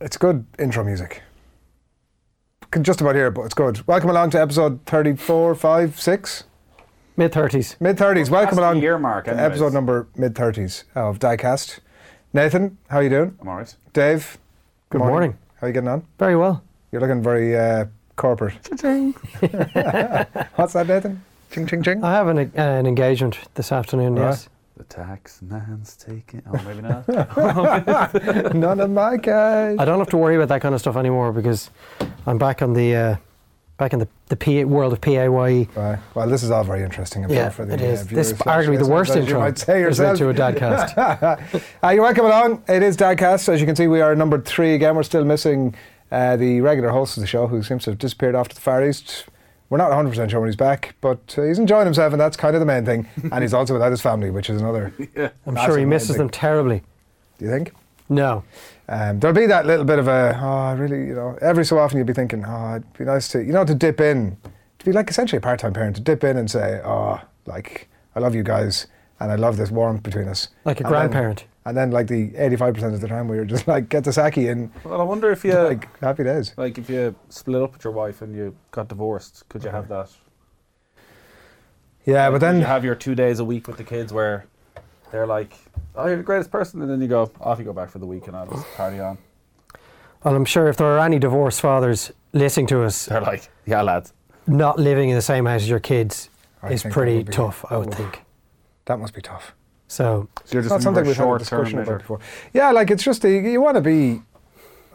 It's good intro music. Can just about hear it, but it's good. Welcome along to episode 34, 5, 6, Mid thirties. mid 30s. Welcome the along year mark, to anyways. episode number mid 30s of Diecast. Nathan, how you doing? I'm alright. Dave, Good morning. How you getting on? Very well. You're looking very uh, corporate. What's that, Nathan? Ching, ching, ching. I have an, uh, an engagement this afternoon. Right. Yes. The tax man's taking. Oh, maybe not. None of my guys. I don't have to worry about that kind of stuff anymore because I'm back on the uh, back in the the P- world of PAYE. Right. Uh, Well, this is all very interesting. I'm sure, Yeah, for the it uh, is. viewers This is slash arguably the listeners, worst as intro. You might say is yourself. led to a dadcast. Uh, you're welcome along. It is Dadcast. As you can see, we are number three again. We're still missing uh, the regular host of the show, who seems to have disappeared off to the Far East. We're not 100% sure when he's back, but uh, he's enjoying himself, and that's kind of the main thing. And he's also without his family, which is another. yeah. I'm That's sure he amazing. misses them terribly. Do you think? No. Um, there'll be that little bit of a, oh, I really, you know, every so often you'll be thinking, oh, it'd be nice to, you know, to dip in, to be like essentially a part time parent, to dip in and say, oh, like, I love you guys and I love this warmth between us. Like a And then- grandparent. and then, like, the 85% of the time we were just like, get the saki in, Well, I wonder if you like, like, happy days. if you split up with your wife and you got divorced, could you have that? Yeah, but Could you then, have your two days a week with the kids where they're like, "Oh, you're the greatest person," and then you go off, you go back for the week, and I'll just party on. Well, I'm sure if there are any divorced fathers listening to us, They're like, "Yeah, lads." not living in the same house as your kids I is think that pretty would be- tough, I would Oof. think. that must be tough. So So you're It's just not something we've had a short discussion term about before. Yeah, like it's just the, you want to be.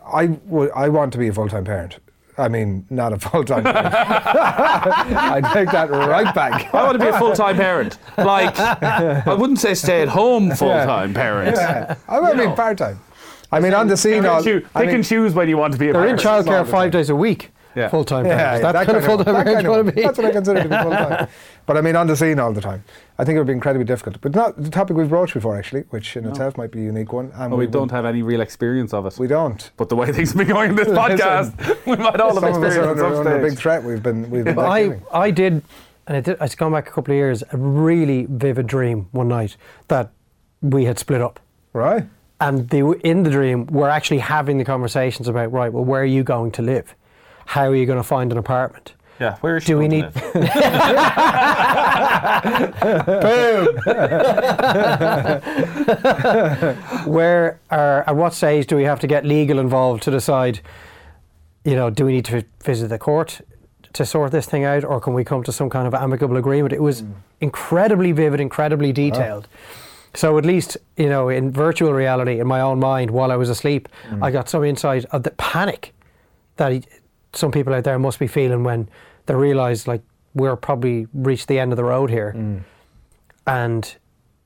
I would. I want to be a full time parent. I mean, not a full time. parent. I take that right back. I want to be a full time parent. Like, I wouldn't say stay at home full time parent. Yeah, I want to be part time. I mean, on the They scene, can, all, choo- I they mean, can choose when you want to be a they're in parent. childcare five days a week, Yeah. full time. yeah, parents. yeah, that, kind of full time that parent kind you want of- to be. That's what I consider to be full time. But I mean, on the scene all the time. I think it would be incredibly difficult. But not the topic we've broached before, actually, which in itself might be a unique one. And Well, we would- don't have any real experience of it. We don't. but the way things have been going in this podcast, we might all Some of have us experience are at under, some under a big stage. threat. We've been. We've been But I, backfilling. I did, and it did, it's gone back a couple of years, a really vivid dream one night that we had split up. right. And they were in the dream, we're actually having the conversations about, right, well, where are you going to live? How are you going to find an apartment? Yeah, where is she Do we going to need- live? Where are, at what stage do we have to get legal involved to decide, you know, do we need to visit the court to sort this thing out or can we come to some kind of amicable agreement? It was incredibly vivid, incredibly detailed. So at least, you know, in virtual reality, in my own mind, while I was asleep, I got some insight of the panic that he- some people out there must be feeling when they realise like we're probably reached the end of the road here, and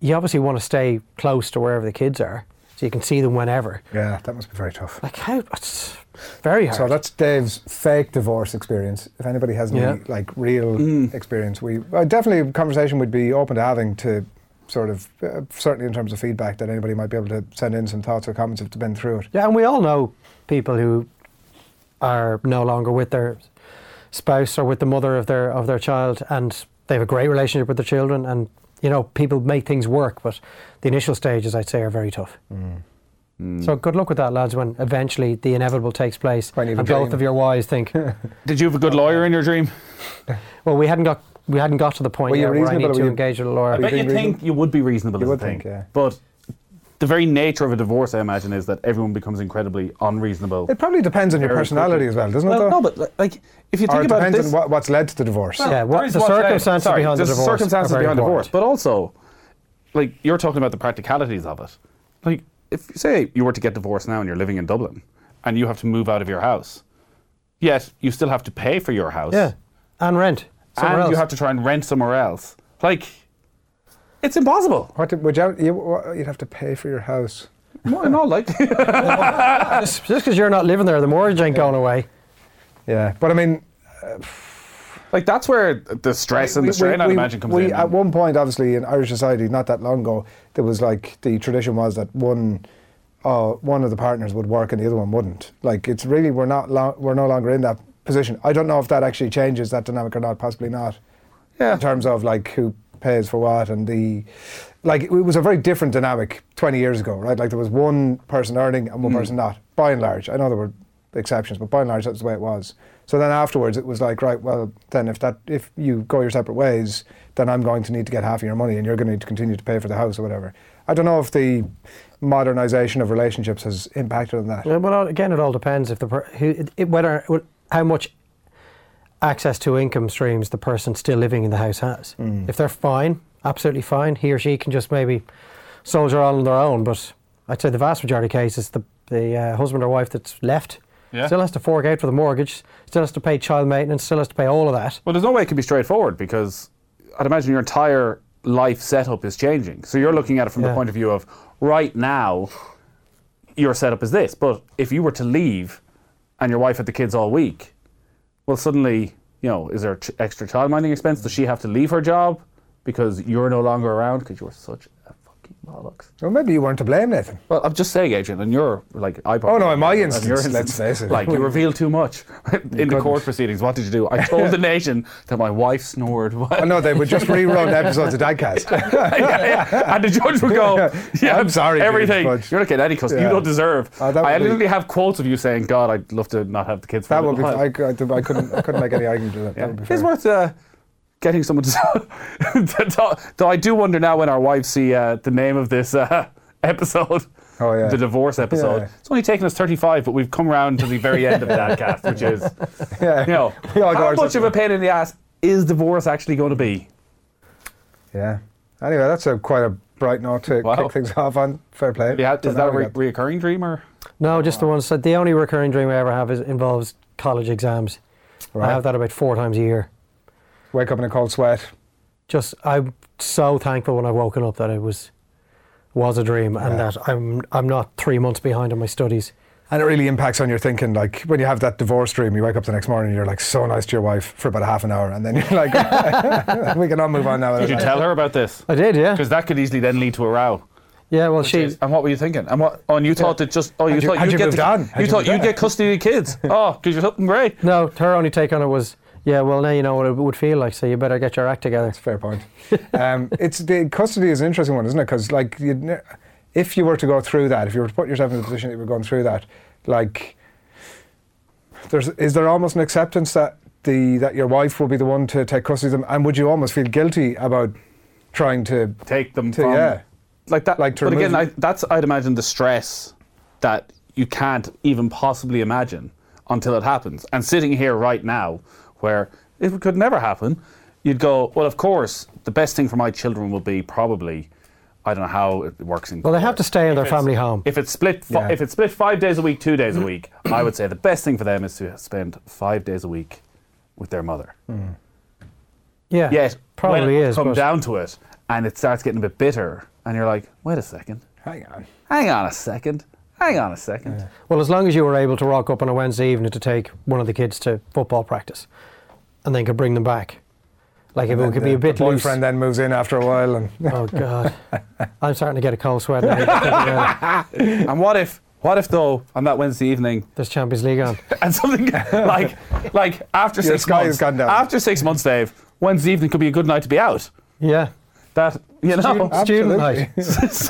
you obviously want to stay close to wherever the kids are, so you can see them whenever. Yeah, that must be very tough. Like how it's very hard. So that's Dave's fake divorce experience. If anybody has any Yeah. like real Mm. experience, we uh, definitely a conversation we'd be open to having to sort of uh, certainly in terms of feedback that anybody might be able to send in some thoughts or comments if they've been through it. yeah, and we all know people who are no longer with their spouse or with the mother of their of their child, and they have a great relationship with their children, and you know people make things work, but the initial stages, I'd say, are very tough. So good luck with that, lads. When eventually the inevitable takes place, When you've and dreamed. both of your wives think, Did you have a good lawyer in your dream? "Well, we hadn't got we hadn't got to the point Were you yet where I reasonable or need to were you- engage with a I lawyer." bet you being think you would be reasonable. You is would the thing. think, yeah. But the very nature of a divorce, I imagine, is that everyone becomes incredibly unreasonable. It probably depends on your Very personality quickly. as well, doesn't it? Well, Though? no, but li- like if you or think it about depends this, on what, what's led to the divorce. Yeah. what- there is the one thing- circumstances sorry, behind the there's divorce are circumstances very behind important. the divorce, but also, like you're talking about the practicalities of it. Like if say you were to get divorced now and you're living in Dublin and you have to move out of your house, yet you still have to pay for your house. yeah, and rent somewhere and else. you have to try and rent somewhere else. Like, it's impossible. What did, would you, you, what, you'd have to pay for your house. More in all likelihood. just because you're not living there, the mortgage ain't going away. Yeah, but I mean, like that's where the stress and the strain, I'd imagine, comes we- in. At one point, obviously, in Irish society, not that long ago, there was like the tradition was that one, uh, one of the partners would work and the other one wouldn't. Like it's really we're not lo- we're no longer in that position. I don't know if that actually changes that dynamic or not. Possibly not. Yeah. In terms of like who pays for what, and the like. It was a very different dynamic 20 years ago, right? Like there was one person earning and one person not, by and large. I know there were exceptions, but by and large that's the way it was. So then afterwards, it was like, right, well, then if that if you go your separate ways, then I'm going to need to get half of your money, and you're going to need to continue to pay for the house or whatever. I don't know if the modernization of relationships has impacted on that. Uh, Well, again, it all depends if the per- who, it- it, whether how much access to income streams the person still living in the house has. Mm. If they're fine, absolutely fine, he or she can just maybe soldier on on their own. But I'd say the vast majority of cases, the the uh, husband or wife that's left Yeah. still has to fork out for the mortgage, still has to pay child maintenance, still has to pay all of that. Well, there's no way it can be straightforward because I'd imagine your entire life setup is changing. So you're looking at it from the Yeah. point of view of right now, your setup is this. But if you were to leave and your wife had the kids all week, well, suddenly, you know, is there ch- extra childminding expense? Does she have to leave her job because you're no longer around because you're such a fucking bollocks? Well, maybe you weren't to blame, Nathan. Well, I'm just saying, Adrian, and you're like, I Oh, no, in my and instance, your let's face it. Like, you revealed too much in the court proceedings. What did you do? I told the nation that my wife snored. Oh no, they would just rerun episodes of Dadcast. yeah, yeah. And the judge would go, yeah, I'm sorry, Peter, Everything. but- You're not getting any custody. Yeah. You don't deserve. Uh, that I would be- literally have quotes of you saying, God, I'd love to not have the kids for That a would be. little I, while." I, I couldn't. I couldn't make any argument with that. That would be It's fair. worth uh, getting someone to. to talk. Though I do wonder now when our wives see uh, the name of this uh, episode. Oh, yeah. The divorce episode. Yeah. It's only taken us 35, but we've come round to the very end of that cast, which is, Yeah. you know, We all go how our much of a pain in the ass is divorce actually going to be? Yeah. Anyway, that's a quite a bright note to Wow. kick things off on. Fair play. Yeah, So is that now a we re- got- reoccurring dream or? No, just the ones. that the only recurring dream I ever have is involves college exams. Right. I have that about four times a year. wake up in a cold sweat? just I'm so thankful when I've woken up that it was was a dream and that I'm I'm not three months behind on my studies. And it really impacts on your thinking. Like when you have that divorce dream, you wake up the next morning and you're like so nice to your wife for about half an hour, and then you're like, we can all move on now. Did you tell her about this? I did, yeah. Because that could easily then lead to a row. Yeah, well she and what were you thinking? And what? Oh, and you thought that just oh, you Had you- thought had you'd you get moved the, on? you Had you thought moved you'd on? get custody of the kids. Oh, because you're something great. No, her only take on it was yeah, well now you know what it would feel like, so you better get your act together. Fair point. Um, it's the custody is an interesting one, isn't it? Because like, you'd, ne- if you were to go through that, if you were to put yourself in the position that you were going through that, like, there's is there almost an acceptance that the that your wife will be the one to take custody of them, and would you almost feel guilty about trying to? Take them To- from yeah. like that. Like to but again, I, remove- that's I'd imagine the stress that you can't even possibly imagine until it happens. And sitting here right now, where it could never happen, you'd go, well, of course, the best thing for my children will be probably, I don't know how it works in. Well they have to stay in their If it's- family home. If it's split, fi- Yeah. if it's split five days a week, two days a week, I would say the best thing for them is to spend five days a week with their mother. Yeah. Yet, probably when it is. Come but- down to it, and it starts getting a bit bitter, and you're like, wait a second, Hang on. hang on a second, hang on a second. Well, as long as you were able to rock up on a Wednesday evening to take one of the kids to football practice and then could bring them back. Like if it could be a The- bit the loose. boyfriend then moves in after a while and Oh God, I'm starting to get a cold sweat. Now. And what if, what if though, on that Wednesday evening, There's Champions League on. and something like, like after Your six sky has months, gone down. after six months, Dave, Wednesday evening could be a good night to be out. Yeah, That you know, Absolutely. student night. Jesus.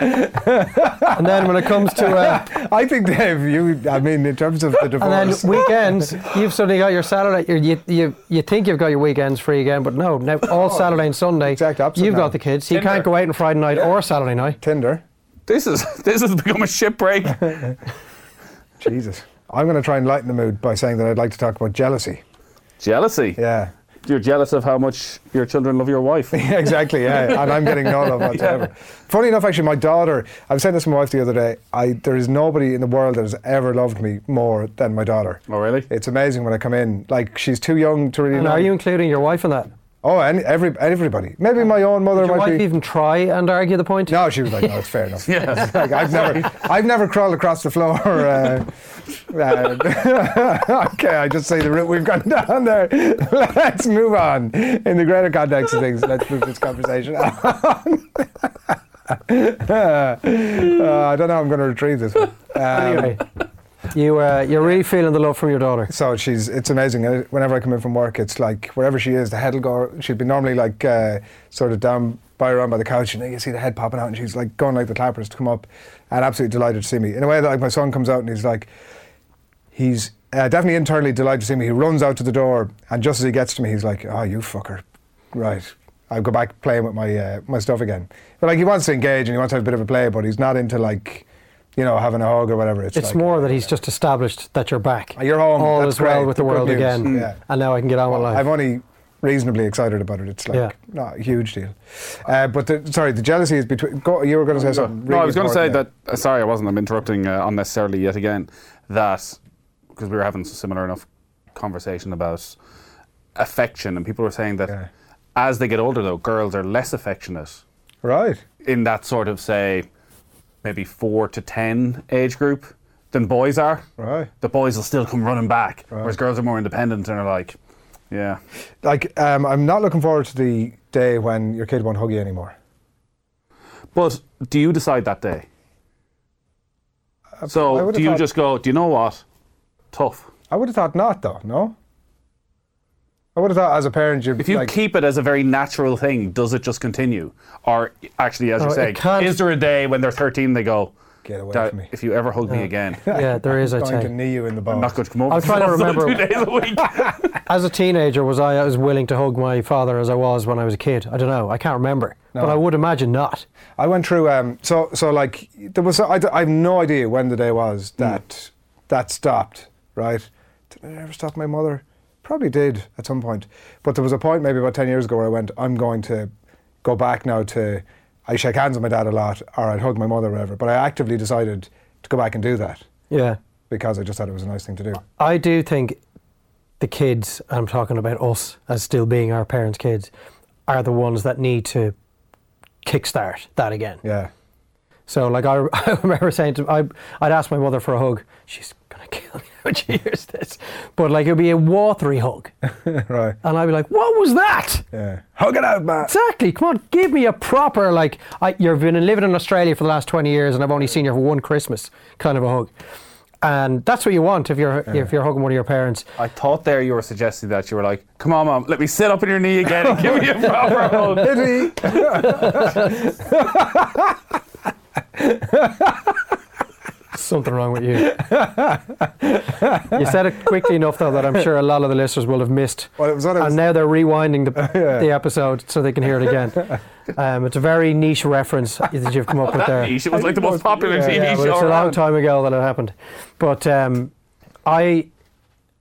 And then when it comes to, uh, I think Dave, you I mean in terms of the and then divorce weekends, you've suddenly got your Saturday. Your, you you you think you've got your weekends free again, but no. Now all Saturday and Sunday, exact opposite you've now. got the kids. So you can't Tinder. go out on Friday night or Saturday night. Tinder. this is this has become a shipwreck. Jesus. I'm gonna try and lighten the mood by saying that I'd like to talk about jealousy. Jealousy. Yeah. You're jealous of how much your children love your wife. Yeah, exactly. Yeah, and I'm getting no love whatsoever. Funny enough, actually, my daughter. I was saying this to my wife the other day. I there is nobody in the world that has ever loved me more than my daughter. Oh, really? It's amazing when I come in. Like she's too young to really. And know. are you including your wife in that? Oh, and every everybody. Maybe my own mother Did your might wife be. even try and argue the point? no, she was like, no, it's fair enough. yeah. like, I've never, I've never crawled across the floor. Uh, uh, okay, I just say the route we've gone down there. Let's move on. In the greater context of things, let's move this conversation on. Uh, I don't know. how I'm going to retrieve this one. Um, Anyway, You, uh, you're really feeling the love from your daughter. So she's it's amazing. Uh, Whenever I come in from work, it's like wherever she is, the head will go. She'd be normally like uh, sort of down by around by the couch, and you see the head popping out, and she's like going like the clappers to come up, and absolutely delighted to see me. In a way that like my son comes out and he's like, he's uh, definitely internally delighted to see me. He runs out to the door, and just as he gets to me, he's like, "Oh, you fucker!" Right. I'll go back playing with my uh, my stuff again. But like he wants to engage and he wants to have a bit of a play, but he's not into like, you know, having a hug or whatever. It's, It's like, more that he's just established that you're back. Oh, you're home. All That's is well great. with the Good world news. again. Mm. Yeah. And now I can get on with life. I'm only reasonably excited about it. It's like Yeah. not a huge deal. Uh, but the, sorry, the jealousy is between. Go, you were going to say something. no, I was going to say important that. Uh, sorry, I wasn't. I'm interrupting uh, unnecessarily yet again. That because we were having a similar enough conversation about affection, and people were saying that Yeah. as they get older, though, girls are less affectionate there. Right. in that sort of say maybe four to ten age group than boys are. Right. The boys will still come running back, Right. whereas girls are more independent and are like, yeah, Like, um, I'm not looking forward to the day when your kid won't hug you anymore. But do you decide that day? Uh, I So would've do you thought- just go? Do you know what? Tough. I would have thought not, though. No. I would have thought as a parent, you'd If you like, keep it as a very natural thing, does it just continue? Or actually, as No, you're it saying, can't- is there a day when they're 13 they go, get away "Dad, from me. if you ever hug me again, yeah, Oh. there is, I'd going to say. knee you in the I'm bone. not going to come over I'll try to for another remember- two days a week. As a teenager, was I as willing to hug my father as I was when I was a kid? I don't know. I can't remember. But I would imagine not. I went through. Um, so so like there was. I, d- I have no idea when the day was Mm. that that stopped. Right? Did I ever stop my mother? Probably did at some point. But there was a point maybe about ten years ago where I went. I'm going to go back now to. I shake hands with my dad a lot, or I'd hug my mother, or whatever. But I actively decided to go back and do that Yeah. because I just thought it was a nice thing to do. I do think the kids, I'm talking about us as still being our parents' kids, are the ones that need to kickstart that again. Yeah. So, like, I, I remember saying to I, I'd ask my mother for a hug. She's going to kill me when she hears this. But, like, it would be a watery hug. right. And I'd be like, what was that? Yeah. Hug it out, man. Exactly. Come on, give me a proper like. I, you've been living in Australia for the last twenty years, and I've only seen you for one Christmas. Kind of a hug, and that's what you want if you're if you're hugging one of your parents. I thought there you were suggesting that you were like, come on, mom, let me sit up on your knee again and give me a proper hug. Pity. Something wrong with you. you said it quickly enough though that I'm sure a lot of the listeners will have missed. Well, it was what I was- and now they're rewinding the, the episode so they can hear it again. Um, it's a very niche reference that you've come up with there. It was like the most popular Yeah, TV yeah, but show. it's a long around. time ago that it happened. But um, I,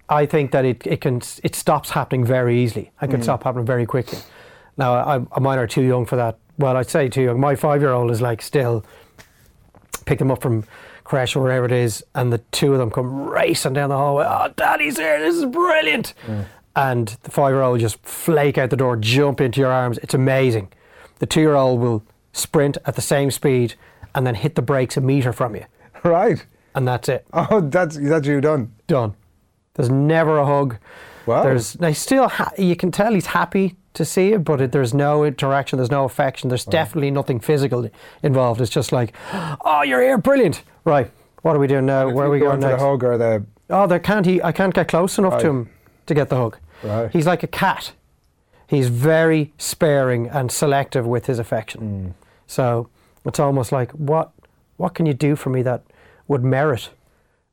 I think that it, it can it stops happening very easily. It can stop happening very quickly. Now, I, I, mine are too young for that. Well, I'd say too young. My five-year-old is like still pick them up from crash or wherever it is, and the two of them come racing down the hallway. Oh, daddy's here! This is brilliant! And the five-year-old just flake out the door, jump into your arms. It's amazing. The two-year-old will sprint at the same speed and then hit the brakes a meter from you, right. and that's it. Oh, that's that's you done. Done. There's never a hug. Wow. There's now he's still ha- you can tell he's happy to see you, but it, there's no interaction. There's no affection. There's definitely nothing physical involved. It's just like, oh, you're here, brilliant. Right. What are we doing now? Where are we for going the next? hug or the Oh, there can't he. I can't get close enough to Right. him to get the hug. Right. He's like a cat. He's very sparing and selective with his Hmm. affection. So it's almost like what what can you do for me that would merit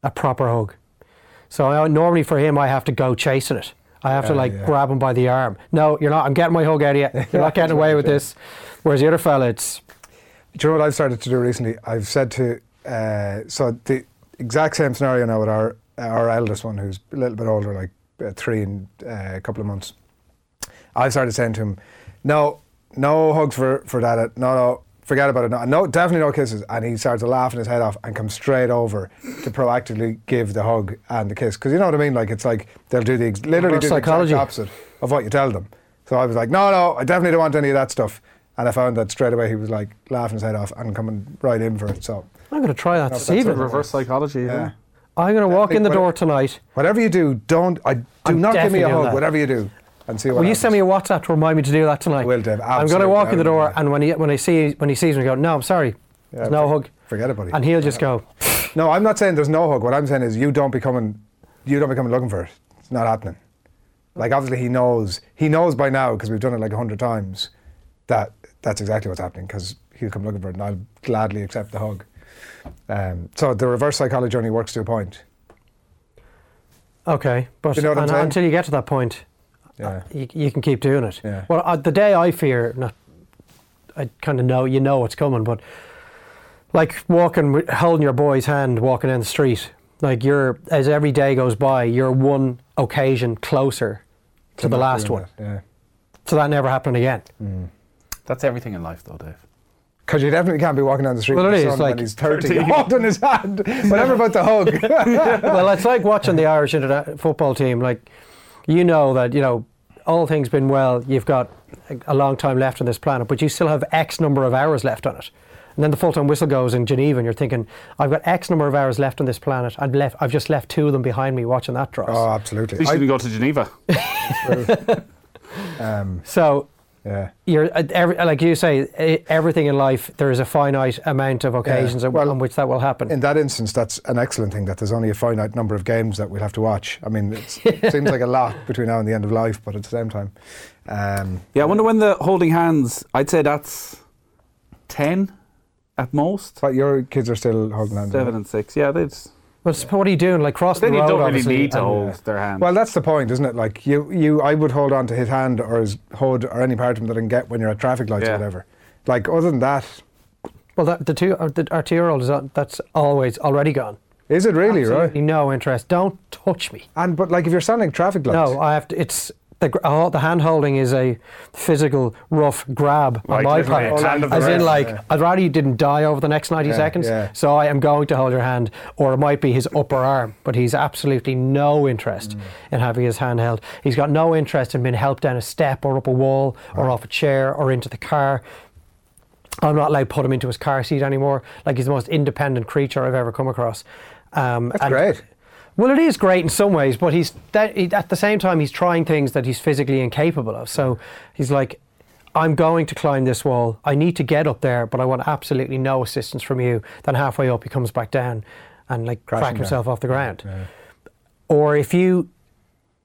a proper hug? So I, normally for him, I have to go chasing it. I have to Yeah, like yeah. grab him by the arm. No, you're not. I'm getting my hug out of you. You're not getting away with this. Whereas the other fella, it's Do you know what I've started to do recently? I've said to uh, so the exact same scenario now with our our eldest one, who's a little bit older, like uh, three and uh, a couple of months. I've started saying to him, "No, no hugs for for Dada. No, no, forget about it. No, no, definitely no kisses." And he starts laughing his head off and comes straight over to proactively give the hug and the kiss because you know what I mean. Like it's like they'll do the ex- literally do the Reverse psychology. exact opposite of what you tell them. So I was like, "No, no, I definitely don't want any of that stuff." And I found that straight away he was like laughing his head off and coming right in for it. So I'm going to try that this that's evening. Reverse psychology. yeah. I'm going to walk in the Definitely door tonight. whatever you do, don't I do I'm not give me definitely a on hug. that. Whatever you do, and see what. Will you happens. send me a WhatsApp to remind me to do that tonight? will, Dave, I'm going to absolutely, walk I in will the do door, that. and when he when he sees when he sees me, go, no, I'm sorry, Yeah, there's no for- hug, Forget about it. and he'll just go, No, I'm not saying there's no hook. What I'm saying is you don't be coming, you don't be coming looking for it. It's not happening. Like obviously he knows, he knows by now because we've done it like a hundred times. That that's exactly what's happening because he'll come looking for it, and I'll gladly accept the hug. Um, so the reverse psychology only works to a point. Okay, but You know what I'm and- saying? until you get to that point, Yeah. you, you can keep doing it. Yeah. Well, uh, the day I fear, not, I kind of know you know it's coming, but like walking, with- holding your boy's hand, walking down the street, like you're as every day goes by, you're one occasion closer to, the Not last doing one. that, Yeah. So that never happened again. That's everything in life, though, Dave. Because you definitely can't be walking down the street Well, with it your is, son when like, he's 30, 30. holding his hand. Whatever about the hug. well, it's like watching the Irish interna- football team. Like, you know that you know all things been well. You've got a- a long time left on this planet, but you still have X number of hours left on it. And then the full-time whistle goes in Geneva, and you're thinking, I've got X number of hours left on this planet. I've left. I've just left two of them behind me watching that dross. oh, At absolutely. least you I, didn't go to Geneva. so yeah. you're uh, every, like you say, e- everything in life there is a finite amount of occasions on- Well, on which that will happen. In that instance, that's an excellent thing that there's only a finite number of games that we'll have to watch. I mean, it's, it seems like a lot between now and the end of life, but at the same time, um, Yeah, I wonder when the holding hands. I'd say that's ten at most. but your kids are still holding hands. Seven and six. Yeah, they just, well, so what are you doing? Like crossing then the you road, don't really obviously, need to and- hold their hand. Well, that's the point, isn't it? Like you, you, I would hold on to his hand or his hood or any part of him that I can get when you're at traffic lights Yeah. or whatever. Like other than that, Well, that, the two, uh, the, our two-year-old is on, that's always already gone. is it really Absolutely right? no interest. Don't touch me. And but like if you're standing at traffic lights, No, I have to. It's the gr- oh, the hand holding is a physical rough grab Like, on my literally, part. it's hand of the As in, ref, like yeah. I'd rather you didn't die over the next ninety Yeah, seconds. yeah. So I am going to hold your hand, or it might be his upper arm. But he's absolutely no interest in having his hand held. He's got no interest in being helped down a step or up a wall or off a chair or into the car. I'm not allowed to put him into his car seat anymore. Like he's the most independent creature I've ever come across. Um, that's and- great. well, it is great in some ways, but he's that, he, at the same time he's trying things that he's physically incapable of. So he's like, "I'm going to climb this wall. I need to get up there, but I want absolutely no assistance from you." Then halfway up, he comes back down and like Crashing crack down. himself off the ground. Or if you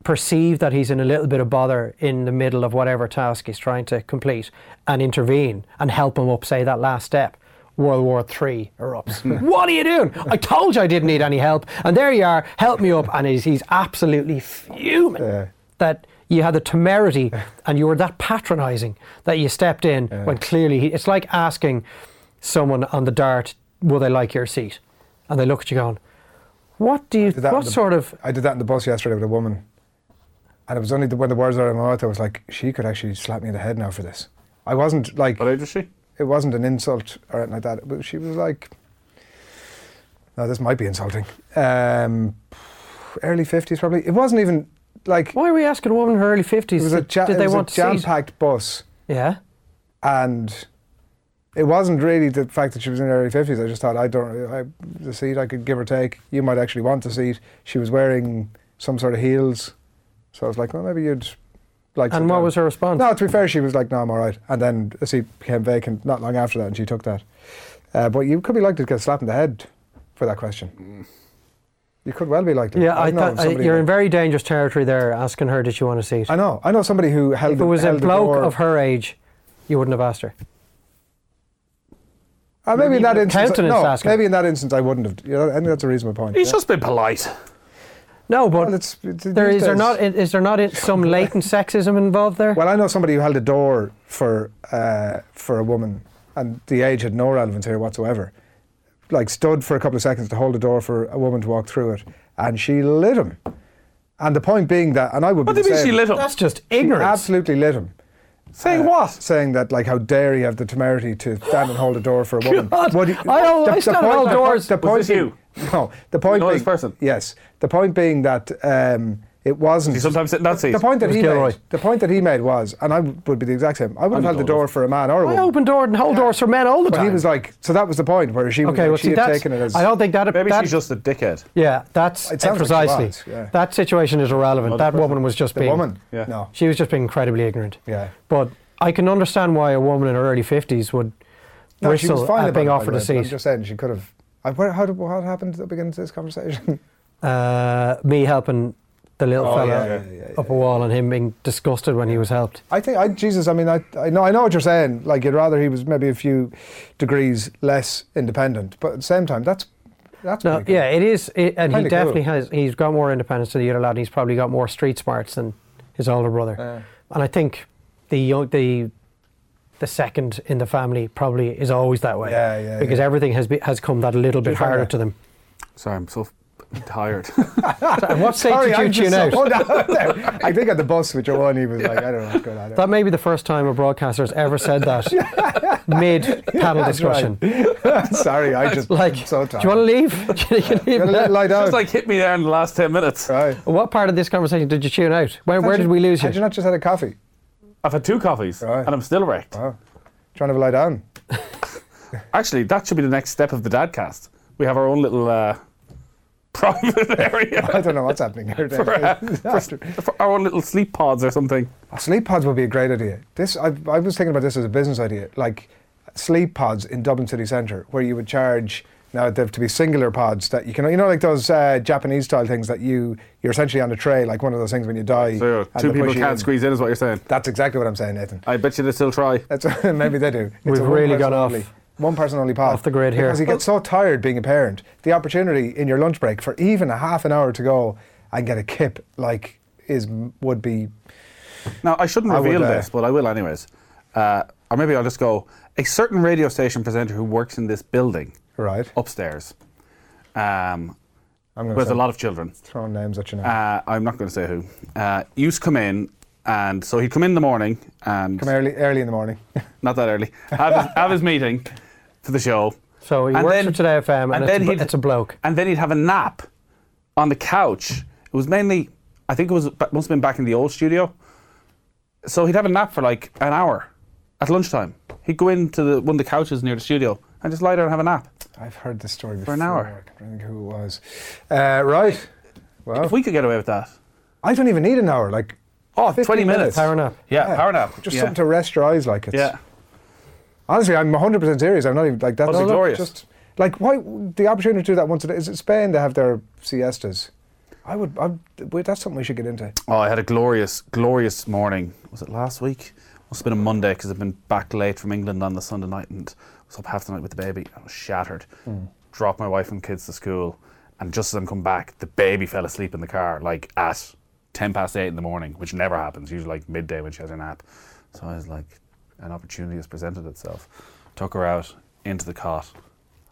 perceive that he's in a little bit of bother in the middle of whatever task he's trying to complete and intervene and help him up, say, that last step. World War Three erupts. Hmm. what are you doing? I told you I didn't need any help, and there you are. Help me up, and he's, he's absolutely fuming Yeah. that you had the temerity and you were that patronising that you stepped in when clearly he, it's like asking someone on the dart, "Will they like your seat?" and they look at you going, "What do you? did that What on the- sort of?" I did that in the bus yesterday with a woman, and it was only the, when the words were out of my mouth I was like, she could actually slap me in the head now for this. I wasn't like, what age was she? it wasn't an insult or anything like that. But she was like, "No, this might be insulting." Um, early fifties, probably. It wasn't even like Why are we asking a woman in her early it 50s? was a, ja- Did it they was want a to see? it? jam-packed bus, Yeah. and it wasn't really the fact that she was in her early fifties. I just thought, I don't, I, the seat I could give or take. You might actually want the seat. She was wearing some sort of heels, so I was like, well, maybe you'd like. And what her? was her response? No, to be fair, she was like, "No, I'm all right." And then the seat became vacant not long after that, and she took that. Uh, but you could be likely to get slapped in the head for that question. You could well be likely. Yeah, I know of thought I, somebody you're who- in very dangerous territory there asking her, did she want a seat? I know. I know somebody who held. if the, it was a held the bloke door- of her age, you wouldn't have asked her. Uh, maybe in that instance, countenance no, asking. maybe in that instance, I wouldn't have. You know, I think that's a reasonable point. He's yeah. just been polite. No, but Well, it's, it's, there, these is, there days- not, is there not some latent sexism involved there? Well, I know somebody who held a door for uh, for a woman, and the age had no relevance here whatsoever. Like stood for a couple of seconds to hold a door for a woman to walk through it, and she lit him. And the point being that, and I would What be do you the mean same. she lit him? That's just She ignorance. absolutely lit him, Uh, Saying what? saying that like how dare you have the temerity to stand and hold a door for a woman. God, What do I don't- I stand and hold the doors. The point Was this being- No, the point know being this person? Yes, the point being that um, it wasn't. He sometimes sit in that seat. The point that It was he Gilroy. made, the point that he made was, and I would be the exact same. I would have held the door for a man or a I woman. open door and hold doors for men all the but time. he was like, so that was the point where she was okay, like, well, she see, had that's, taken it as. I don't think that... Maybe that, she's just a dickhead. Yeah, that's It sounds like she precisely. was, yeah. That situation is irrelevant. Another That person. woman was just the being... woman. Yeah. No. She was just being incredibly ignorant. Yeah. But I can understand why a woman in her early 50s would No, she was bristle fine at being about it, by offered the a way, but I'm seat. just saying she could have I, where, how did, what happened at the beginning of this conversation? Uh, me helping the little Oh, fella yeah, yeah, yeah, yeah, up a wall and him being disgusted when he was helped. I think I Jesus. I mean, I, I know I know what you're saying. Like you'd rather he was maybe a few degrees less independent, but at the same time, that's that's No, pretty good. yeah, it is, it, and Kinda he definitely cool. has. He's got more independence than the other lad, and he's probably got more street smarts than his older brother. and I think the yo- the the second in the family probably is always that way. Yeah, yeah, Because yeah. everything has be, has come that little bit Just like harder that. to them. Sorry, I'm so f- tired. And what state Sorry, did I you tune just out? saw that there. I think at the bus with your one, he was like, I don't know what's going on. That may be the first time a broadcaster's ever said that mid panel That's right. discussion. Sorry, I just Like, so do tired. you want to leave? Do you think you You leave gotta let it now? lie down. Just like hit me there in the last 10 minutes. right. What part of this conversation did you tune out? Where, where Had did we lose Had you you? not just had a coffee? I've had two coffees Right. and I'm still wrecked. Wow. Trying to lie down. Actually, that should be the next step of the dadcast. We have our own little uh, private area. uh, I don't know what's happening here. For our own little sleep pods or something. Sleep pods would be a great idea. This I, I was thinking about this as a business idea, like sleep pods in Dublin city centre, where you would charge. Now they have to be singular pods that you can, you know, like those uh, Japanese style things that you you're essentially on a tray, like one of those things when you die. So and two they people push you can't in. squeeze in, is what you're saying. That's exactly what I'm saying, Nathan. I bet you they still try. That's maybe they do. It's We've a one really person gone off- only- one person only pod off the grid here. because he gets so tired being a parent. The opportunity in your lunch break for even a half an hour to go and get a kip like is would be Now, I shouldn't I would, reveal uh, this, but I will anyways. Uh, or maybe I'll just go. A certain radio station presenter who works in this building right. upstairs um, I'm going with to a lot of children. throwing names at you now. Uh, I'm not going to say who. Uh, used to come in, and so he'd come in the morning and Come early, early in the morning. not that early. Have his, have his meeting for the show, So he And works then- for Today FM, and, and it's, then a, blo- he'd- it's a bloke. and then he'd have a nap on the couch. It was mainly, I think it was it must have been back in the old studio. So he'd have a nap for like an hour at lunchtime. He'd go into the, one of the couches near the studio and just lie there and have a nap. I've heard this story before. an hour. I can't remember who it was. Uh, right. Well, If we could get away with that, I don't even need an hour. Like oh, 15 20 minutes. Power nap. Yeah, power nap. Just yeah. something to rest your eyes. Like it's. Yeah. Honestly, I'm 100 percent serious. I'm not even like that. Must be look, glorious. Just like why the opportunity to do that once a day. Is it Spain to have their siestas? I would. I, would- that's something we should get into. Oh, I had a glorious, glorious morning. Was it last week? Must have been a Monday because I've been back late from England on the Sunday night and was up half the night with the baby. I was shattered. Dropped my wife and kids to school, and just as I'm coming back, the baby fell asleep in the car, like at ten past eight in the morning, which never happens. Usually like midday when she has her nap. So I was like, an opportunity has presented itself. Took her out into the cot,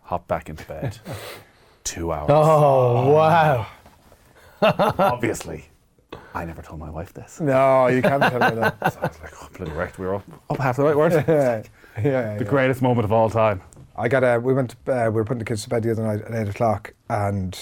hopped back into bed. Two hours. Oh, wow. Obviously, I never told my wife this. No, you can't tell me that. I was like, oh, bloody wrecked. We were up, up half the right word. the yeah, yeah, yeah. greatest moment of all time. I got a. We went. Uh, we were putting the kids to bed the other night at eight o'clock, and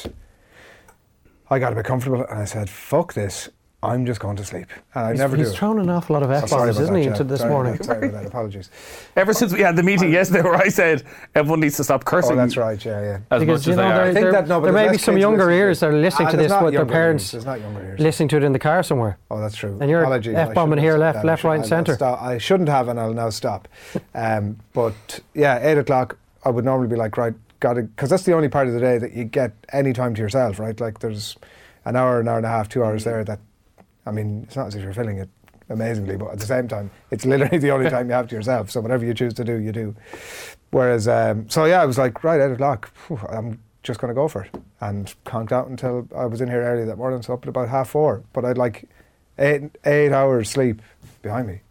I got a bit comfortable, and I said, "Fuck this! I'm just going to sleep." And I He's, never he's do. thrown an awful lot of it. F bombs, isn't that, he, yeah. into this Sorry about morning? that, Sorry about that. Apologies. Ever since we had the meeting yesterday where I said everyone needs to stop cursing. Oh, that's right. Yeah, yeah. As Because, much as you know, they are. I think there- that no, but there there's may be less some kids younger listening ears it. that are listening Ah, to there's this not with their younger ears. parents. There's not younger ears. listening to it in the car somewhere. Oh, that's true. And you're Apologies, I F-bombing shouldn't here, have said left, that. I left, should- right I'll and now centre. stop. I shouldn't have, and I'll now stop. Um, but yeah, eight o'clock. I would normally be like, right, got to, because that's the only part of the day that you get any time to yourself, right? Like there's an hour, an hour and a half, two hours Mm-hmm. there. That, I mean, it's not as if you're filling it amazingly, but at the same time, it's literally the only time you have to yourself. So whatever you choose to do, you do. Whereas, um, so yeah, I was like, right, eight o'clock. phew, I'm just going to go for it, and conked out until I was in here early that morning, so up at about half four. But I'd like eight eight hours sleep behind me.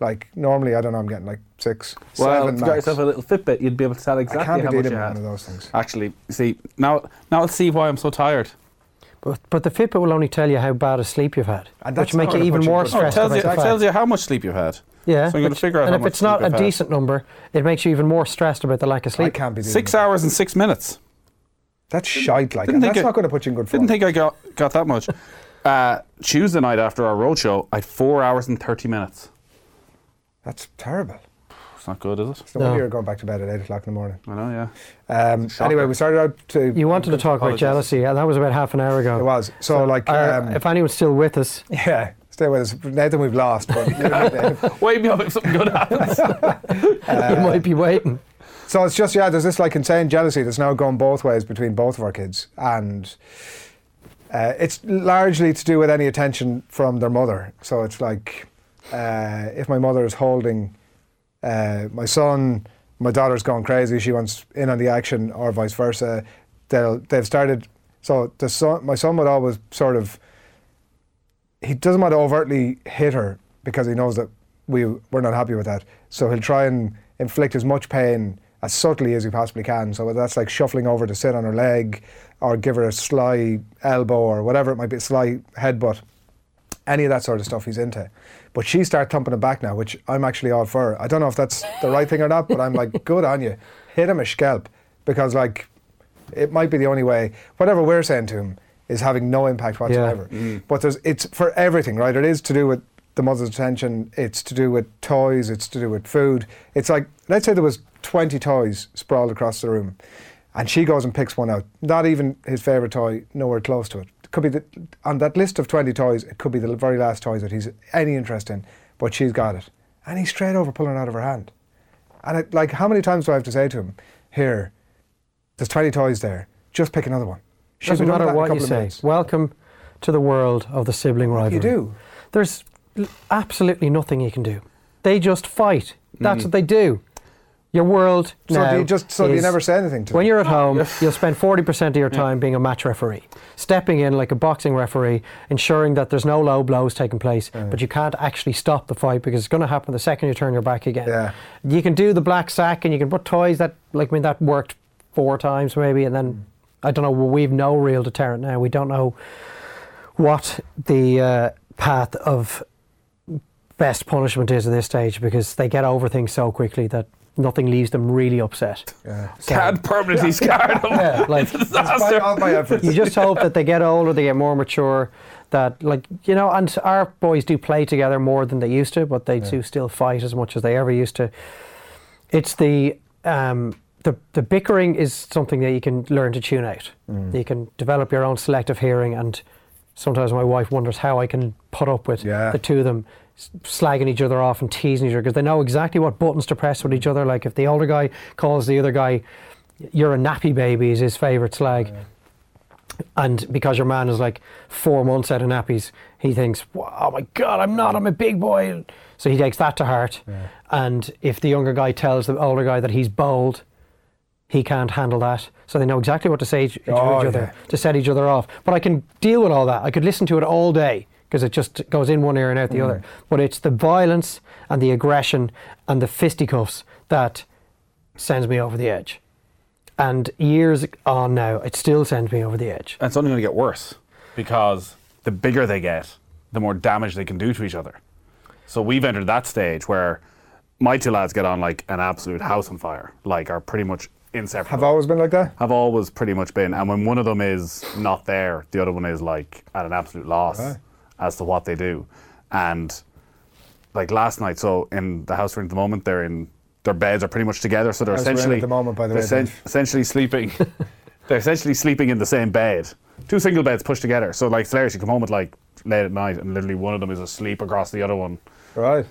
Like normally, I don't know, I'm getting like six, Well, seven if you got max. yourself a little Fitbit, you'd be able to tell I can't exactly be how dealing much with you one of had. those things. Actually, see, now now I'll see why I'm so tired. But, but the Fitbit will only tell you how bad a sleep you've had, And that's which make not you gonna even put you more good. Oh, it stressed tells, about you, the it fact. tells you how much sleep you've had. yeah, So I'm going which- to figure out and how if much it's not sleep a I've had. decent number, it makes you even more stressed about the lack of I sleep. can't be dealing Six with hours and six minutes. that. That's shite. Like and didn't think that's it- not going to put you in good form. Didn't think I got, got that much. uh, Tuesday night after our road show, I had four hours and 30 minutes. that's terrible. It's not good, is it? So no. No. wonder you're going back to bed at eight o'clock in the morning. I know, yeah. Um, anyway, we started out to You wanted to talk about Apologies. jealousy, and that was about half an hour ago. it was so, like Our- um, if anyone's still with us, yeah. Stay with us, Nathan. We've lost, but you know, Dave. Wake me up if something good happens. you might be waiting. So it's just yeah, there's this like insane jealousy that's now gone both ways between both of our kids, and uh, it's largely to do with any attention from their mother. So it's like uh, if my mother is holding uh, my son, my daughter's gone crazy. She wants in on the action, or vice versa. They'll they've started. So the son, my son would always sort of. He doesn't want to overtly hit her because he knows that we we're not happy with that. So he'll try and inflict as much pain as subtly as he possibly can. So whether that's like shuffling over to sit on her leg, or give her a sly elbow, or whatever it might be, a sly headbutt any of that sort of stuff he's into. But she started thumping him back now, which I'm actually all for. I don't know if that's the right thing or not, but I'm like, good on you. Hit him a scalp because, like, it might be the only way. Whatever we're saying to him is having no impact whatsoever. But there's, it's for everything, right? It is to do with the mother's attention. It's to do with toys. It's to do with food. It's like, let's say there was 20 toys sprawled across the room, and she goes and picks one out. Not even his favorite toy, nowhere close to it. Could be the, on that list of 20 toys. It could be the very last toys that he's any interest in, but she's got it, and he's straight over pulling it out of her hand. And it, like, how many times do I have to say to him, "Here, there's 20 toys there. Just pick another one." She'll Doesn't be done with that matter in a what you couple of say. minutes. Welcome to the world of the sibling rivalry. You do. There's l- absolutely nothing you can do. They just fight. That's what they do. Your world Mm. So now do you just so do you is- never say anything to When them. you're at home, you'll spend 40% of your time being a match referee, stepping in like a boxing referee, ensuring that there's no low blows taking place, but you can't actually stop the fight because it's going to happen the second you turn your back again. Yeah. You can do the black sack and you can put toys that, like, I mean, that worked four times maybe, and then I don't know, we've no real deterrent now. We don't know what the uh, path of best punishment is at this stage because they get over things so quickly that nothing leaves them really upset. So- Can't permanently scar them. yeah, like Despite all my efforts. you just hope that they get older, they get more mature. That like you know, and our boys do play together more than they used to, but they do still fight as much as they ever used to. It's the um, the the bickering is something that you can learn to tune out. You can develop your own selective hearing, and sometimes my wife wonders how I can put up with Yeah. the two of them s- slagging each other off and teasing each other because they know exactly what buttons to press with each other. Like if the older guy calls the other guy, "You're a nappy baby," is his favorite slag. And because your man is like four months out of nappies, he thinks, "Wow, "Oh my god, I'm not. I'm a big boy." So he takes that to heart. And if the younger guy tells the older guy that he's bold, he can't handle that. So they know exactly what to say to each Oh, each yeah. other to set each other off. But I can deal with all that. I could listen to it all day because it just goes in one ear and out Mm. the other. But it's the violence and the aggression and the fisticuffs that sends me over the edge. And years on now, it still sends me over the edge. And it's only going to get worse because the bigger they get, the more damage they can do to each other. So we've entered that stage where my two lads get on like an absolute house on fire, like are pretty much inseparable. Have I always been like that? have always pretty much been. And when one of them is not there, the other one is like at an absolute loss as to what they do. And like last night, so in the house we're in at the moment, they're in their beds are pretty much together, so they're House we're in essentially at the moment, by the they're way, essen- Dave. essentially sleeping. they're essentially sleeping in the same bed, two single beds pushed together. So like it's hilarious, you come home at like late at night, and literally one of them is asleep across the other one. Right.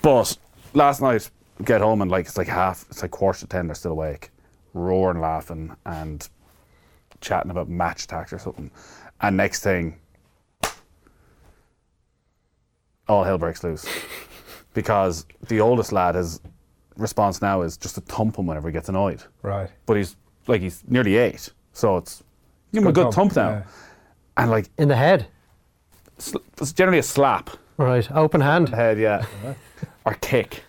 But last night, get home and like it's like half, it's like quarter to ten, they're still awake, roaring, laughing, and chatting about match tax or something. And next thing, all hell breaks loose because the oldest lad his response now is just to thump him whenever he gets annoyed. Right. But he's like he's nearly eight, so it's give him a good thump, now, yeah. and like In the head, sl- it's generally a slap right? Open hand. head, yeah, or kick.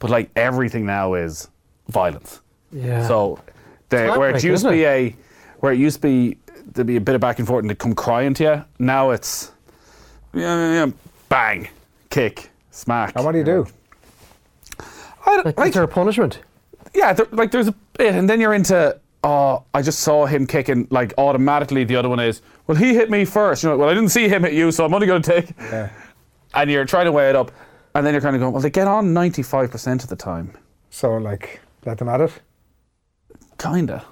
But like everything now is violence. Yeah. So they, where it heartbreaking, used to isn't be a, where it used to be there'd be a bit of back and forth and they'd come crying to you. Now it's yeah, yeah, yeah, bang, kick, smack. And what do you do? I, Like, don't- like, is there a punishment? yeah, there, like there's a bit, and then you're into. Oh, I just saw him kicking. Like automatically, the other one is, well, he hit me first. You know, well, I didn't see him hit you, so I'm only going to take. Yeah. And you're trying to weigh it up, and then you're kind of going, well, they get on 95% of the time. So like let them at it. Kinda.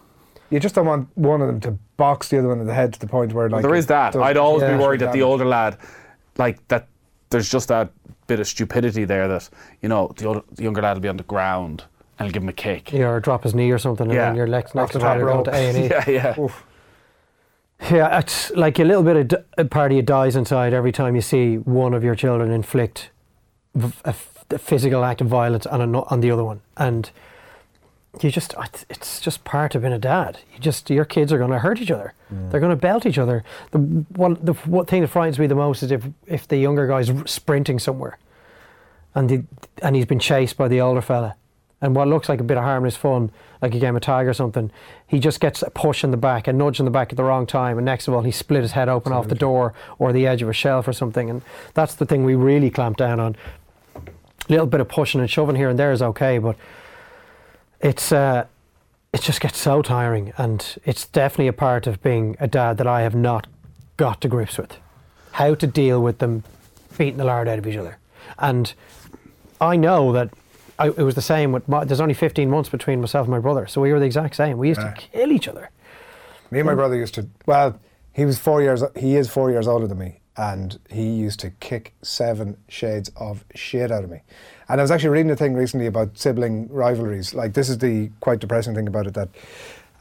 You just don't want one of them to box the other one in the head to the point where like there it is that. does I'd always yeah. be worried that the damage. older lad, like that, there's just that bit of stupidity there that you know the, older, the younger lad will be on the ground and I'll give him a cake. you know, or drop his knee or something, and Yeah. then your next Off next the top time you're going to rope. A and E. Yeah, yeah. Yeah, it's like a little bit of d- a part of you dies inside every time you see one of your children inflict v- a, f- a physical act of violence on ano- on the other one, and you just I th- it's just part of being a dad. You just your kids are going to hurt each other. They're going to belt each other. The one the f- one thing that frightens me the most is if if the younger guy's r- sprinting somewhere, and the, and he's been chased by the older fella. And what looks like a bit of harmless fun, like a game of tag or something, he just gets a push in the back, a nudge in the back at the wrong time, and next of all, he split his head open off the door or the edge of a shelf or something. And that's the thing we really clamp down on. A little bit of pushing and shoving here and there is okay, but it's uh, it just gets so tiring, and it's definitely a part of being a dad that I have not got to grips with. How to deal with them beating the lard out of each other, and I know that I, it was the same with my, there's only 15 months between myself and my brother, so we were the exact same. We used Yeah. to kill each other. Me and my brother used to. Well, he was four years. He is four years older than me, and he used to kick seven shades of shit out of me. And I was actually reading a thing recently about sibling rivalries. Like this is the quite depressing thing about it that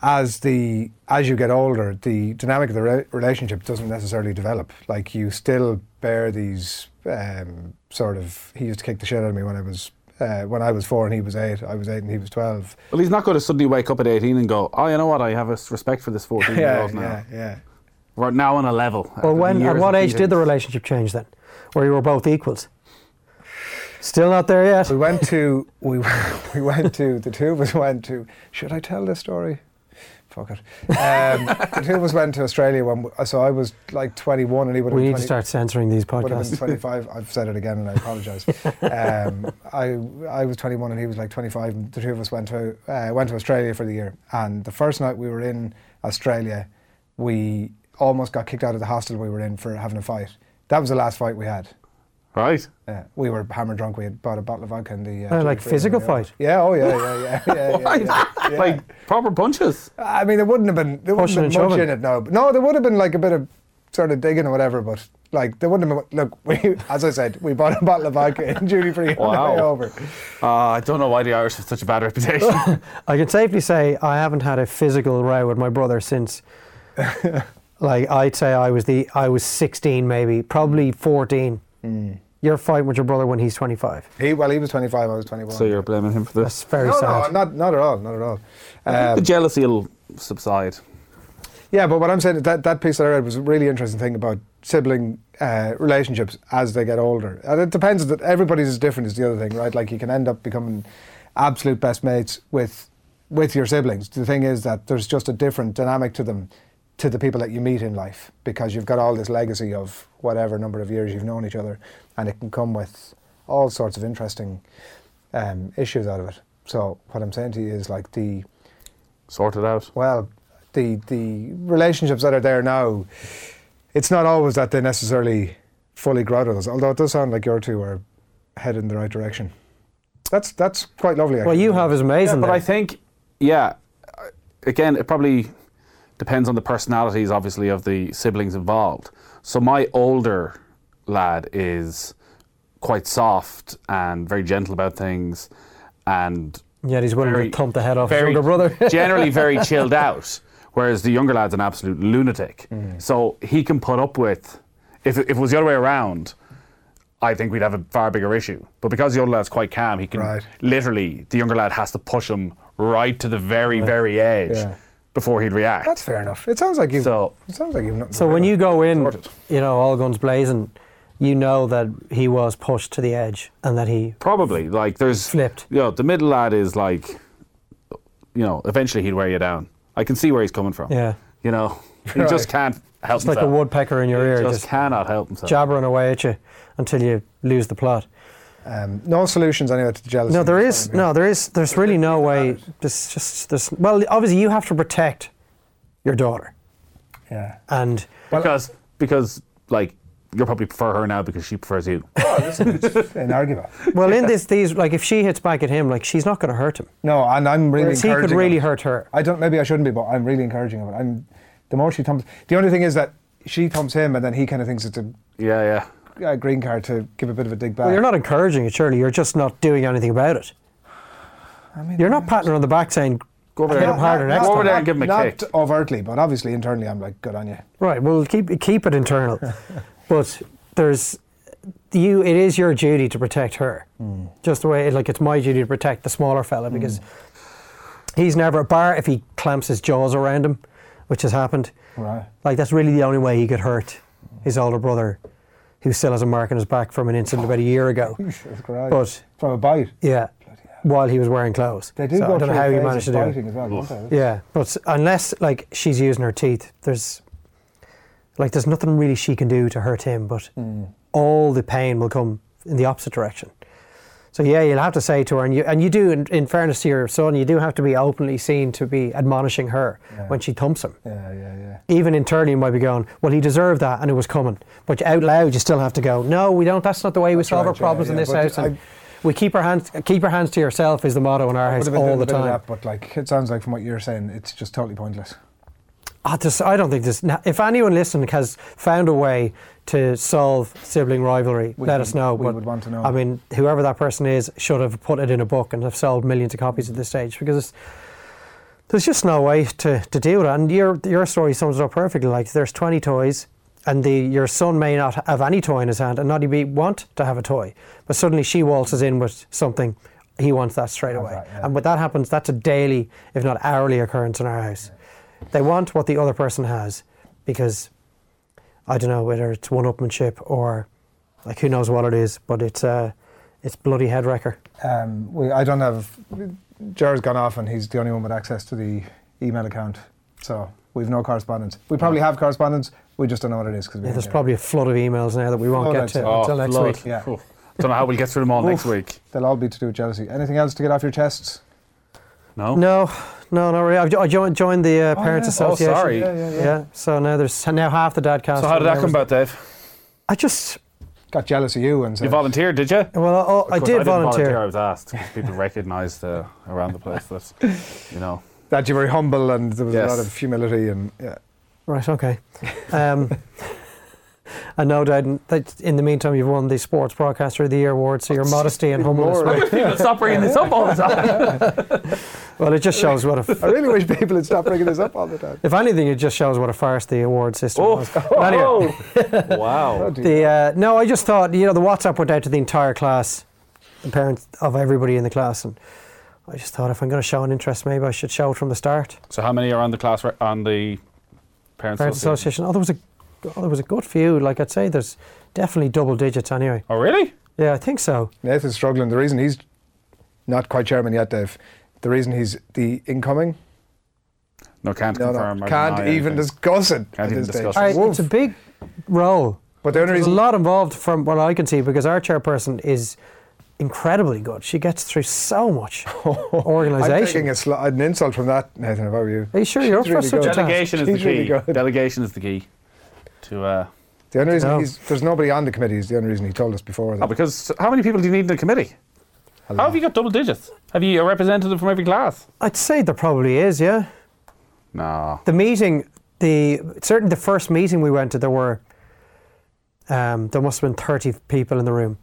as the as you get older, the dynamic of the re- relationship doesn't necessarily develop. Like you still bear these um, sort of. He used to kick the shit out of me when I was. Uh, when I was four and he was eight, I was eight and he was twelve. Well, he's not going to suddenly wake up at 18 and go, oh, you know what? I have a s- respect for this 14 year old now. yeah, yeah. We're now on a level. after Or when years at what of age did the beatings. relationship change then, where you were both equals? Still not there yet. We went to we we went to the two of us went to. Should I tell this story? Fuck it. Um, the two of us went to Australia when we- so I was like 21 and he would have We been need 20 to start censoring these would have been podcasts. 25. I've said it again and I apologise. um, I I was 21 and he was like 25. And the two of us went to uh, went to Australia for the year. And the first night we were in Australia, we almost got kicked out of the hostel we were in for having a fight. That was the last fight we had. Right. Yeah, we were hammered drunk. We had bought a bottle of vodka in the. uh, Oh, like duty-free physical and we were- fight? Yeah. Oh yeah. Yeah. Yeah. Yeah. yeah, yeah, yeah. Like proper punches. I mean, there wouldn't have been there wouldn't Pushing have and been much shoving. in it. No, but no, there would have been like a bit of sort of digging or whatever. But like there wouldn't have been. Look, we as I said, we bought a bottle of vodka in duty free on the Wow. way over. Uh, I don't know why the Irish have such a bad reputation. I can safely say I haven't had a physical row with my brother since. like I'd say I was the I was 16 maybe, probably 14. You're fighting with your brother when he's 25. He well, he was 25. I was 21. so you're blaming him for That's this. very no, sad. no, not not at all, not at all. the Um, jealousy will subside. yeah, but what I'm saying is that that piece that I read was a really interesting thing about sibling uh, relationships as they get older. And it depends that everybody's is different is the other thing, right? Like you can end up becoming absolute best mates with with your siblings. The thing is that there's just a different dynamic to them to the people that you meet in life because you've got all this legacy of whatever number of years you've known each other, and it can come with all sorts of interesting um, issues out of it. So what I'm saying to you is like the Sort it out. well, the the relationships that are there now, it's not always that they necessarily fully grow out of those. Although it does sound like your two are headed in the right direction. That's that's quite lovely. Well, actually. you have is amazing. Yeah, but then. I think, yeah, uh, again, it probably depends on the personalities, obviously, of the siblings involved. So my older lad is quite soft and very gentle about things, and Yet he's willing very- to thump the head off his very- younger brother. generally very chilled out. Whereas the younger lad's an absolute lunatic, Mm. so he can put up with. If, if it was the other way around, I think we'd have a far bigger issue. But because the older lad's quite calm, he can Right. literally the younger lad has to push him right to the very very edge Yeah. before he'd react. That's fair enough. It sounds like you. So- it sounds like you've not. so when you go in, Sorted. you know, all guns blazing, you know that he was pushed to the edge and that he. Probably like there's Flipped. You know, the middle lad is like, you know, eventually he'd wear you down. I can see where he's coming from. Yeah. You know, he Right. just can't help It's himself. like a woodpecker in your ear, just, just cannot help himself. jabbering away at you until you lose the plot. um, no solutions anyway to the jealousy. No, there is no, there is. There's really no way. There's just there's. Well, obviously you have to protect your daughter, Yeah. and because because like you'll probably prefer her now because she prefers you. Oh, Inarguable. well, in this these like if she hits back at him, like she's not going to hurt him. No, and I'm really. Whereas he could encouraging really of it. hurt her. I don't. Maybe I shouldn't be, but I'm really encouraging of it. I'm. The more she thumps, the only thing is that she thumps him, and then he kind of thinks it's a yeah, yeah. uh, green card to give a bit of a dig back. Well, you're not encouraging it, surely. You're just not doing anything about it. I mean, You're not patting her on the back saying, Go over Hit there. him harder next Go time. over there and give him a not kick. overtly, but obviously internally, I'm like, good on you. right, well, keep, keep it internal. but there's, you, it is your duty to protect her. Hmm. Just the way, like, it's my duty to protect the smaller fella because Hmm. he's never, bar if he clamps his jaws around him, which has happened, Right. Like that's really the only way he could hurt his older brother, who still has a mark on his back from an incident about a year ago. Jesus Christ. But From a bite. yeah, while he was wearing clothes. They do So go I don't know through how he phases managed to of do it. biting as well, don't they? Yeah, but unless like she's using her teeth, there's like there's nothing really she can do to hurt him. But Hmm. all the pain will come in the opposite direction. So yeah, you'll have to say to her, and you and you do. In, in fairness to your son, you do have to be openly seen to be admonishing her when she thumps him Yeah, yeah, yeah. even internally you might be going, well, he deserved that and it was coming. But out loud, you still have to go, no, we don't. That's not the way we solve right, our problems yeah, in yeah, this but house. And I- we keep our hands keep our hands to yourself is the motto in our Would house have been doing all a the bit of time. that, but like, it sounds like from what you're saying, it's just totally pointless. I, just, Ah, I don't think this. na- If anyone listening has found a way to solve sibling rivalry, let would- us know. we but, would want to know. I mean, whoever that person is should have put it in a book and have sold millions of copies at this stage because it's, there's just no way to, to deal with it. And your your story sums it up perfectly. Like there's 20 toys, and the your son may not have any toy in his hand, and not even want to have a toy, but suddenly she waltzes in with something. He wants that straight away, that, yeah. and when that happens, that's a daily, if not hourly, occurrence in our house. They want what the other person has, because I don't know whether it's one-upmanship or like who knows what it is, but it's uh, it's bloody head wrecker. Um, we, I don't have. Jar's gone off, and he's the only one with access to the email account. So we've no correspondence. We probably have correspondence. We just don't know what it is because we. Yeah, haven't there's done it. probably a flood of emails now that we won't Flood, get I'd to say. Oh, until next Lord. week. Yeah. Oh, don't know how we'll get through them all next week. They'll all be to do with jealousy. Anything else to get off your chests? No? No, no, not really. I've jo- I joined, joined the uh, Parents yeah. Oh, Association. sorry. Oh. Yeah, yeah, yeah. Yeah. so now there's so now half the dadcast. So how did that members- come about, Dave? I just Got jealous of you and said, You volunteered, did you? well, I- oh, I, Of course, did didn't volunteer. I was asked. 'cause People recognised uh, around the place that, you know. that you were humble and there was Yes. a lot of humility and yeah. Right, okay. Um, and no doubt in- that in the meantime you've won the Sports Broadcaster of the Year award, so your modesty and humbleness. More, like, People stop bringing this up all the time. Well, it just shows what a I really wish people would stop bringing this up all the time. if anything, it just shows what a farce the award system was. But anyway, Oh, wow. dear. The uh, no, I just thought you know the WhatsApp went out to the entire class, the parents of everybody in the class, and I just thought if I'm going to show an interest, maybe I should show it from the start. So how many are on the class re- on the parents, Parents association? Association. Oh, there was a oh, there was a good few. Like I'd say, there's definitely double digits anyway. Oh really? Yeah, I think so. Nathan's struggling. The reason he's not quite chairman yet, Dave. The reason he's the incoming, No, can't no, confirm. no, or can't deny even anything. discuss it. Can't at even this stage. discuss All it. right, it's a big role. But the only There's a reason lot involved from what I can see because our chairperson is incredibly good. She gets through so much I'm taking organisation. a sli- an insult from that, Nathan. If I were you, Are you sure you're up She's for really such a good. task? Delegation is the He's really key. good. Delegation is the key to. Uh, the only reason No. he's, there's nobody on the committee is the only reason he told us before. oh, That. because how many people do you need in the committee? Hello. How have you got double digits? Have you a representative from every class? I'd say there probably is. Yeah. No. the meeting, the certainly the first meeting we went to, there were um, there must have been thirty people in the room,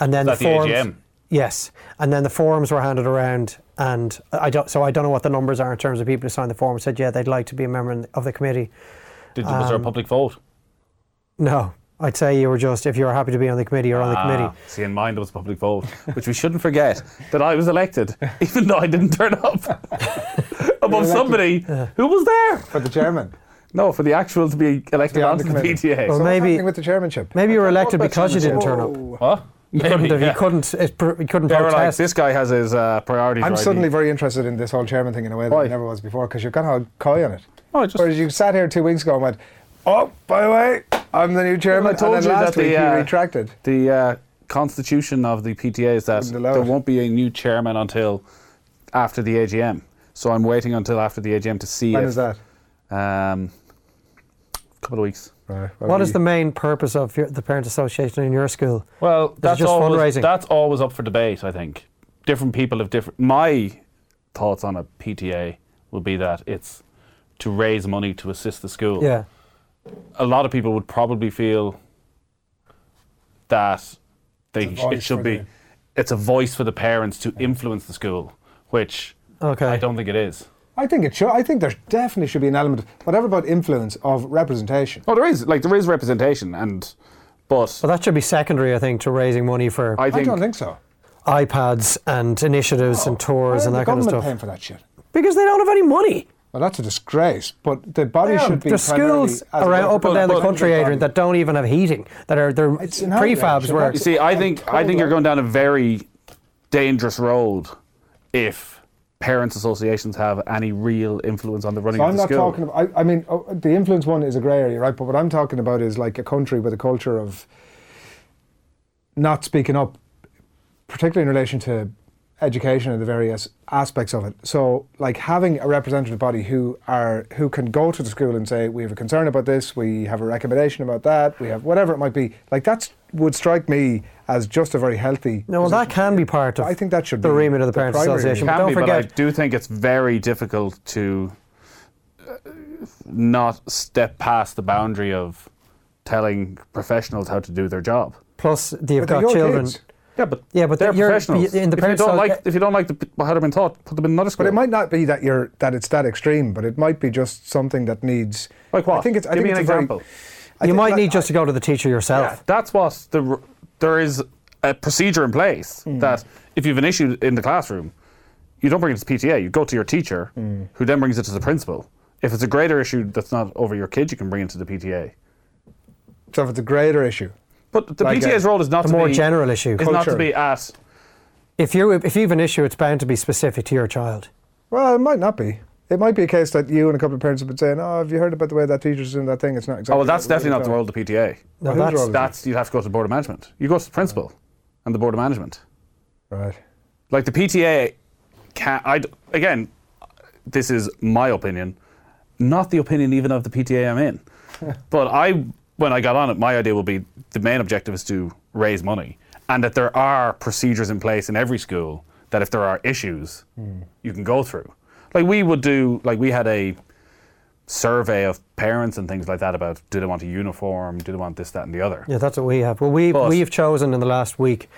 and then Is the that the forums. AGM? Yes, and then the forms were handed around, and I don't. So I don't know what the numbers are in terms of people who signed the form. Said yeah, they'd like to be a member in- of the committee. Did, was Um, there a public vote? No, I'd say you were just if you were happy to be on the committee, you're on the Ah, committee. See, in mine there was a public vote, which we shouldn't forget that I was elected, even though I didn't turn up above somebody who was there. for the chairman? No, for the actual to be elected The onto the committee. PTA. Well, So what's maybe- happening with the chairmanship. Maybe you were elected What about because you didn't turn up. chairmanship? Oh. What? Couldn't have, yeah. You couldn't. It, pr- you couldn't They were like, protest. this guy has his uh, priorities I'm right. suddenly very interested in this whole chairman thing in a way that I Why? never was before because you've got all coy on it. Oh, I just- Whereas you sat here two weeks ago and went, "Oh, by the way, I'm the new chairman," told and then you last that the, week you uh, retracted. the uh, constitution of the PTA is that Wouldn't allow there it. won't be a new chairman until after the AGM. So I'm waiting until after the AGM to see When if, is that? Um, couple of weeks. Right, well, what is we- the main purpose of your, the parent association in your school? Well, that's just always fundraising? that's always up for debate. I think different people have different. My thoughts on a PTA would be that it's to raise money to assist the school. Yeah. A lot of people would probably feel that they voice it should for be the- it's a voice for the parents to influence the school. which I Okay. don't think it is. I think it should. I think there definitely should be an element of whatever about influence of representation. Oh, there is like there is representation, and but Well, that should be secondary, I think, to raising money for I I, think don't think so. iPads and initiatives and Why tours are and the that kind of government stuff. paying for that shit? Because they don't have any money. Well, that's a disgrace. But the body should be There's primarily schools as a around up government and down the body. country, Adrian, that don't even have heating. That are they're It's an outrage, prefabs and where that's- You see, I think I think you're going down a very dangerous road if parents' associations have any real influence on the running So of I'm the not school. talking about. I, I mean, oh, the influence one is a grey area, right? But what I'm talking about is like a country with a culture of not speaking up, particularly in relation to education and the various aspects of it. So, like having a representative body who are who can go to the school and say, "We have a concern about this. We have a recommendation about that. We have whatever it might be." Like that's would strike me as just a very healthy. No, well, that can be part of I think that should the be remit of the the Parents primary Association. remit. But Can don't be, forget, but I do think it's very difficult to uh, not step past the boundary of telling professionals how to do their job. plus they've But they're got your children. kids. Yeah, but Yeah, but they're you're- professionals. in the if you parents' don't so- like if you don't like the, how they've been taught, put them in another school. But it might not be that you're that it's that extreme, but it might be just something that needs. like what? I think it's. I Give think it's me an a very- example. I You think- might like, need just to go to the teacher yourself. That's what the r- there is a procedure in place Hmm. that if you have an issue in the classroom, you don't bring it to PTA. You go to your teacher, Hmm. who then brings it to the principal. If it's a greater issue that's not over your kid, you can bring it to the PTA. So if it's a greater issue, But uh, the Like PTA's a- role is not A to more be, general issue. is not to Culture. be at. oh, If you if you've an issue, it's bound to be specific to your child. well, it might not be. It might be a case that you and a couple of parents have been saying, "Oh, have you heard about the way that teacher's doing that thing? It's not exactly." Oh well, that's what we definitely not the thought." role of the No, PTA. Well, who's that's, wrong? That's you have to go to the board of management. You go to the principal, and the board of management. Right. Like the PTA can I d- again this is my opinion, not the opinion even of the PTA I'm in. but I when I got on it my idea will be the main objective is to raise money and that there are procedures in place in every school that if there are issues you can go through. Like we would do like we had a survey of parents and things like that about do they want a uniform, do they want this, that and the other. yeah, that's what we have. Well, we But- we've chosen in the last week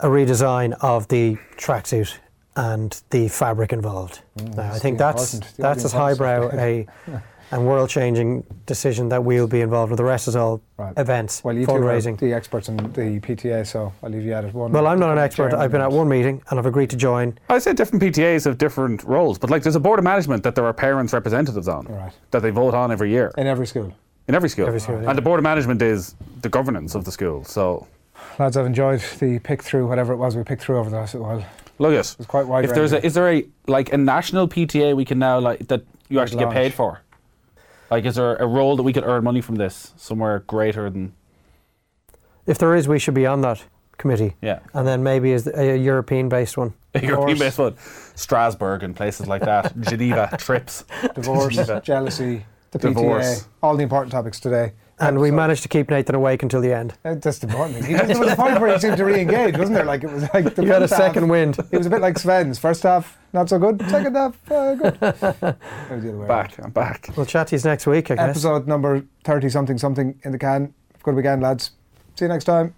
a redesign of the tracksuit and the fabric involved. Mm, now, I think the that's important- the that's as important highbrow a and world-changing decision that we'll be involved with. The rest is all Right. events, Well, you two are fundraising. the experts in the PTA, so I'll leave you at it. One. Well, I'm not an expert. Chairman I've been at and- one meeting and I've agreed to join. I say different PTAs have different roles, but like there's a board of management that there are parents representatives on Right. that they vote on every year in every school. in every school. Every school, yeah. And the board of management is the governance of the school. So Lads, I've enjoyed the pick through whatever it was we picked through over the last little while. look at It's quite wide. if there's a, is there a like a national PTA we can now like that you actually get launch. paid for? Like is there a role that we could earn money from this somewhere greater than If there is, we should be on that community. yeah And then maybe is a European-based one. a European based one, Strasbourg and places like that, Geneva trips. divorce, jealousy, the PTA, Divorce. all the important topics today. And we So- managed to keep Nathan awake until the end. Uh, That's the important thing. He was, there was a point where he seemed to re-engage, wasn't there? Like it was like the You had a first half- second wind. It was a bit like Sven's first half, not so good. Second half, uh, good. That was the other way around. Back, I'm back. We'll chat to you next week, I guess. Episode number thirty something something in the can. Have a good weekend, lads. See you next time.